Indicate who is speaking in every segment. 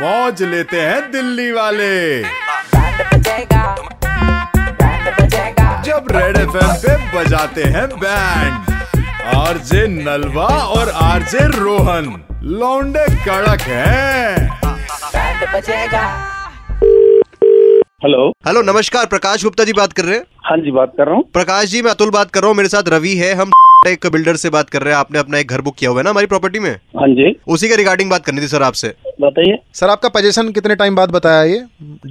Speaker 1: मौज लेते हैं दिल्ली वाले जब रेड एफ पे बजाते हैं बैंड आरजे नलवा और आरजे रोहन लौंडे कड़क हैं
Speaker 2: हेलो
Speaker 3: हेलो नमस्कार प्रकाश गुप्ता जी बात कर रहे हैं
Speaker 2: हाँ जी बात कर रहा हूँ
Speaker 3: प्रकाश जी मैं अतुल बात कर रहा हूँ मेरे साथ रवि है हम एक बिल्डर से बात कर रहे हैं आपने अपना एक घर बुक किया हुआ है ना हमारी प्रॉपर्टी में
Speaker 2: हाँ जी
Speaker 3: उसी के रिगार्डिंग बात करनी थी सर आपसे
Speaker 2: बताइए
Speaker 4: सर आपका पोजीशन कितने टाइम बाद बताया ये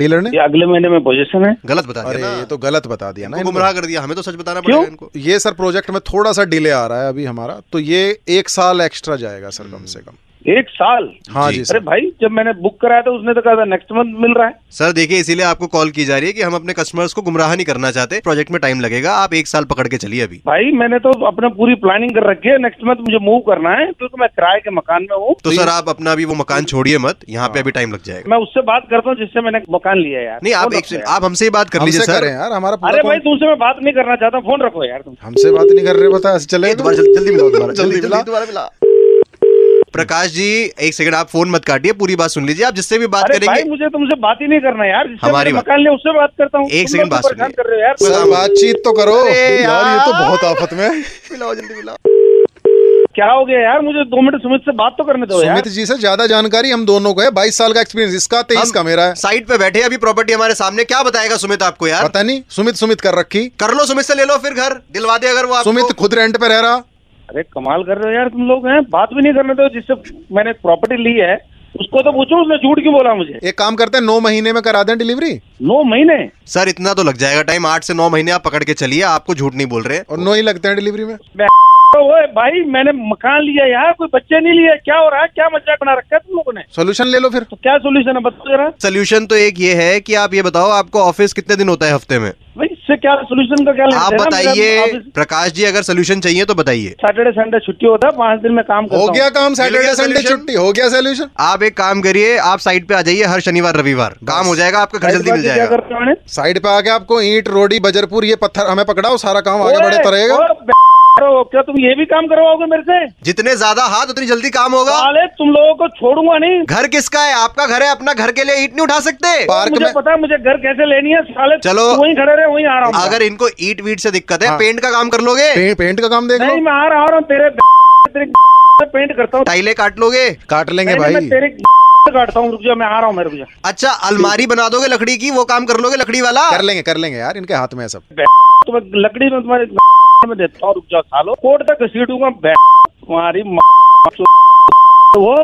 Speaker 4: डीलर ने
Speaker 2: ये अगले महीने में पोजीशन है
Speaker 3: गलत बता
Speaker 4: अरे
Speaker 3: दिया
Speaker 4: ये
Speaker 3: ना
Speaker 4: तो गलत बता दिया ना
Speaker 3: इनको
Speaker 4: इनको।
Speaker 3: गुमराह कर दिया हमें तो सच बताना पड़ेगा
Speaker 2: क्यों?
Speaker 3: इनको
Speaker 4: ये सर प्रोजेक्ट में थोड़ा सा डिले आ रहा है अभी हमारा तो ये एक साल एक्स्ट्रा जाएगा सर कम से कम
Speaker 2: एक साल
Speaker 4: हाँ
Speaker 3: हम्म, जी।
Speaker 4: जी
Speaker 2: अरे
Speaker 4: सर
Speaker 2: भाई जब मैंने बुक कराया था उसने तो कहा था नेक्स्ट मंथ मिल रहा है
Speaker 3: सर देखिए इसीलिए आपको कॉल की जा रही है कि हम अपने कस्टमर्स को गुमराह नहीं करना चाहते प्रोजेक्ट में टाइम लगेगा आप एक साल पकड़ के चलिए अभी
Speaker 2: भाई मैंने तो अपना पूरी प्लानिंग कर रखी है नेक्स्ट मंथ मुझे मूव करना है क्योंकि मैं किराए के मकान में हूँ
Speaker 3: तो सर आप अपना अभी वो मकान छोड़िए मत यहाँ पे अभी
Speaker 4: हाँ।
Speaker 3: टाइम लग जाएगा
Speaker 2: मैं उससे बात करता हूँ जिससे मैंने मकान लिया है यार
Speaker 3: नहीं आप
Speaker 2: फोन
Speaker 3: एक
Speaker 2: रखो
Speaker 3: से-
Speaker 2: यार।
Speaker 3: आप हमसे ही बात कर लीजिए
Speaker 4: तो हमसे
Speaker 3: सर
Speaker 4: करें यार हमारा पूरा
Speaker 2: अरे भाई
Speaker 4: कॉन-
Speaker 2: तुमसे मैं बात नहीं करना चाहता हूँ, फोन रखो यार तुम
Speaker 4: हमसे बात नहीं कर रहे पता चले
Speaker 3: ये दोबारा जल- जल्दी मिलाओ दोबारा
Speaker 4: जल्दी मिला
Speaker 3: प्रकाश जी एक सेकंड आप फोन मत काटिए पूरी बात सुन लीजिए आप जिससे भी बात
Speaker 2: अरे भाई
Speaker 3: करेंगे
Speaker 2: मुझे तुमसे बात ही नहीं करना यार जिससे
Speaker 3: हमारी
Speaker 2: मैंने
Speaker 3: बात।
Speaker 2: मकान लिया उससे बात करता हूँ
Speaker 3: एक
Speaker 2: तुम
Speaker 3: सेकंड
Speaker 2: लोग तो
Speaker 3: बात
Speaker 2: परेशान
Speaker 3: सुनिए।
Speaker 2: कर रहे हो यार
Speaker 4: सर बातचीत तो करो
Speaker 3: अरे
Speaker 4: यार ये
Speaker 3: यार।
Speaker 4: तो
Speaker 3: तो
Speaker 4: बहुत आफत में है।
Speaker 3: मिलाओ जल्दी मिलाओ
Speaker 2: क्या हो गया यार मुझे दो मिनट सुमित से बात तो करने दो यार
Speaker 4: सुमित जी से ज्यादा जानकारी हम दोनों को है बाईस साल का एक्सपीरियंस इसका तेईस का मेरा है
Speaker 3: साइट पे बैठे हैं, अभी प्रॉपर्टी हमारे सामने क्या बताएगा सुमित आपको यार
Speaker 4: पता नहीं सुमित सुमित कर रखी
Speaker 3: कर लो सुमित से ले लो फिर घर दिलवा दे अगर वो आपको
Speaker 4: सुमित खुद रेंट पे रह रहा
Speaker 2: अरे कमाल कर रहे हो यार तुम लोग हैं बात भी नहीं करने दो जिससे मैंने प्रॉपर्टी ली है उसको तो पूछो उसने झूठ क्यों बोला मुझे
Speaker 4: एक काम करते हैं नौ महीने में करा दें डिलीवरी
Speaker 2: नौ महीने
Speaker 3: सर इतना तो लग जाएगा टाइम आठ से नौ महीने आप पकड़ के चलिए आपको झूठ नहीं बोल रहे हैं
Speaker 4: और नौ ही लगते हैं डिलीवरी में
Speaker 2: तो ओए भाई मैंने मकान लिया यार कोई बच्चे नहीं लिए क्या हो रहा है क्या मजाक बना रखा है तुम लोगों ने
Speaker 4: सोल्यूशन ले लो फिर
Speaker 2: तो क्या सोल्यूशन है बताओ जरा
Speaker 3: सोल्यूशन तो एक ये है कि आप ये बताओ आपको ऑफिस कितने दिन होता है हफ्ते में
Speaker 2: भाई इससे क्या सोल्यूशन का क्या लेना
Speaker 3: आप
Speaker 2: देना? मेरा
Speaker 3: बताइए
Speaker 2: ऑफिस
Speaker 3: प्रकाश जी अगर सोल्यूशन चाहिए तो बताइए
Speaker 2: सैटरडे संडे छुट्टी होता है पांच दिन में काम करता
Speaker 4: हो गया काम
Speaker 3: मिल गया
Speaker 4: सैटरडे संडे
Speaker 3: solution?
Speaker 4: छुट्टी हो गया सोल्यूशन
Speaker 3: आप एक काम करिए आप साइट पे आ जाइए हर शनिवार रविवार काम हो जाएगा आपका घर जल्दी मिल
Speaker 2: क्या
Speaker 3: जाएगा
Speaker 2: करता मैंने
Speaker 4: साइड पे आके आपको ईंट रोडी बजरपुर ये पत्थर हमें पकड़ाओ सारा काम आगे बढ़ता रहेगा
Speaker 2: क्या तुम ये भी काम करवाओगे मेरे से
Speaker 3: जितने ज्यादा हाथ उतनी जल्दी काम होगा
Speaker 2: साले तुम लोगों को छोड़ूंगा नहीं
Speaker 3: घर किसका है आपका घर है अपना घर के लिए ईट नहीं उठा सकते
Speaker 4: पार्क
Speaker 2: मुझे
Speaker 4: में-
Speaker 2: पता है मुझे घर कैसे लेनी है साले
Speaker 3: चलो।
Speaker 2: वहीं खड़े रहे वहीं आ रहा हूँ
Speaker 3: अगर इनको ईट वीट से दिक्कत है
Speaker 4: हाँ।
Speaker 3: पेंट का काम कर लोगे
Speaker 4: पे, पेंट का काम देख
Speaker 2: नहीं
Speaker 4: लो
Speaker 2: मैं आ रहा हूँ तेरे तेरे से पेंट करता हूँ
Speaker 3: टाइले काट लोगे
Speaker 4: काट लेंगे
Speaker 2: नहीं, नहीं, मैं
Speaker 4: भाई
Speaker 2: तेरे से काटता हूँ रुक जा मैं आ रहा हूँ मैं रुक जा
Speaker 3: अच्छा अलमारी बना दोगे लकड़ी की वो काम कर लोगे लकड़ी वाला
Speaker 4: कर लेंगे कर लेंगे यार इनके हाथ में है सब
Speaker 2: तो मैं लकड़ी में तुम्हारे में देता हूँ रुक जाओ सालो कोर्ट तक घसीटूंगा बे- तुम्हारी म- तो वो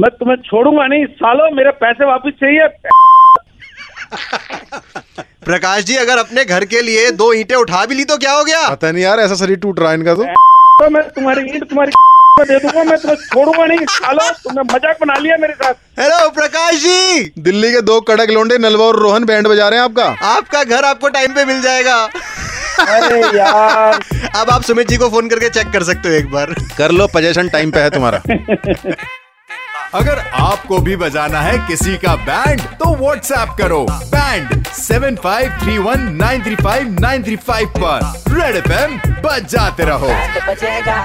Speaker 2: मैं तुम्हें छोड़ूंगा नहीं सालो मेरे पैसे वापस चाहिए
Speaker 3: प्रकाश जी अगर अपने घर के लिए दो ईंटें उठा भी ली तो क्या हो गया
Speaker 2: हाँ।
Speaker 4: पता नहीं यार ऐसा शरीर टूट रहा है इनका तो
Speaker 2: तो मैं तुम्हारी ईंट तुम्हारी में दे दूंगा मैं तुम्हें छोड़ूंगा नहीं सालो तुमने मजाक बना लिया मेरे साथ
Speaker 3: हेलो प्रकाश जी
Speaker 4: दिल्ली के दो कड़क लोंडे नलवा और रोहन बैंड बजा रहे हैं आपका
Speaker 3: आपका घर आपको टाइम पे मिल जाएगा
Speaker 2: अरे यार
Speaker 3: अब आप सुमित जी को फोन करके चेक कर सकते हो एक बार
Speaker 4: कर लो पोजेशन टाइम पे है तुम्हारा
Speaker 1: अगर आपको भी बजाना है किसी का बैंड तो व्हाट्सएप करो बैंड 7531935935 पर रेड एफ बजाते रहो
Speaker 5: बचेगा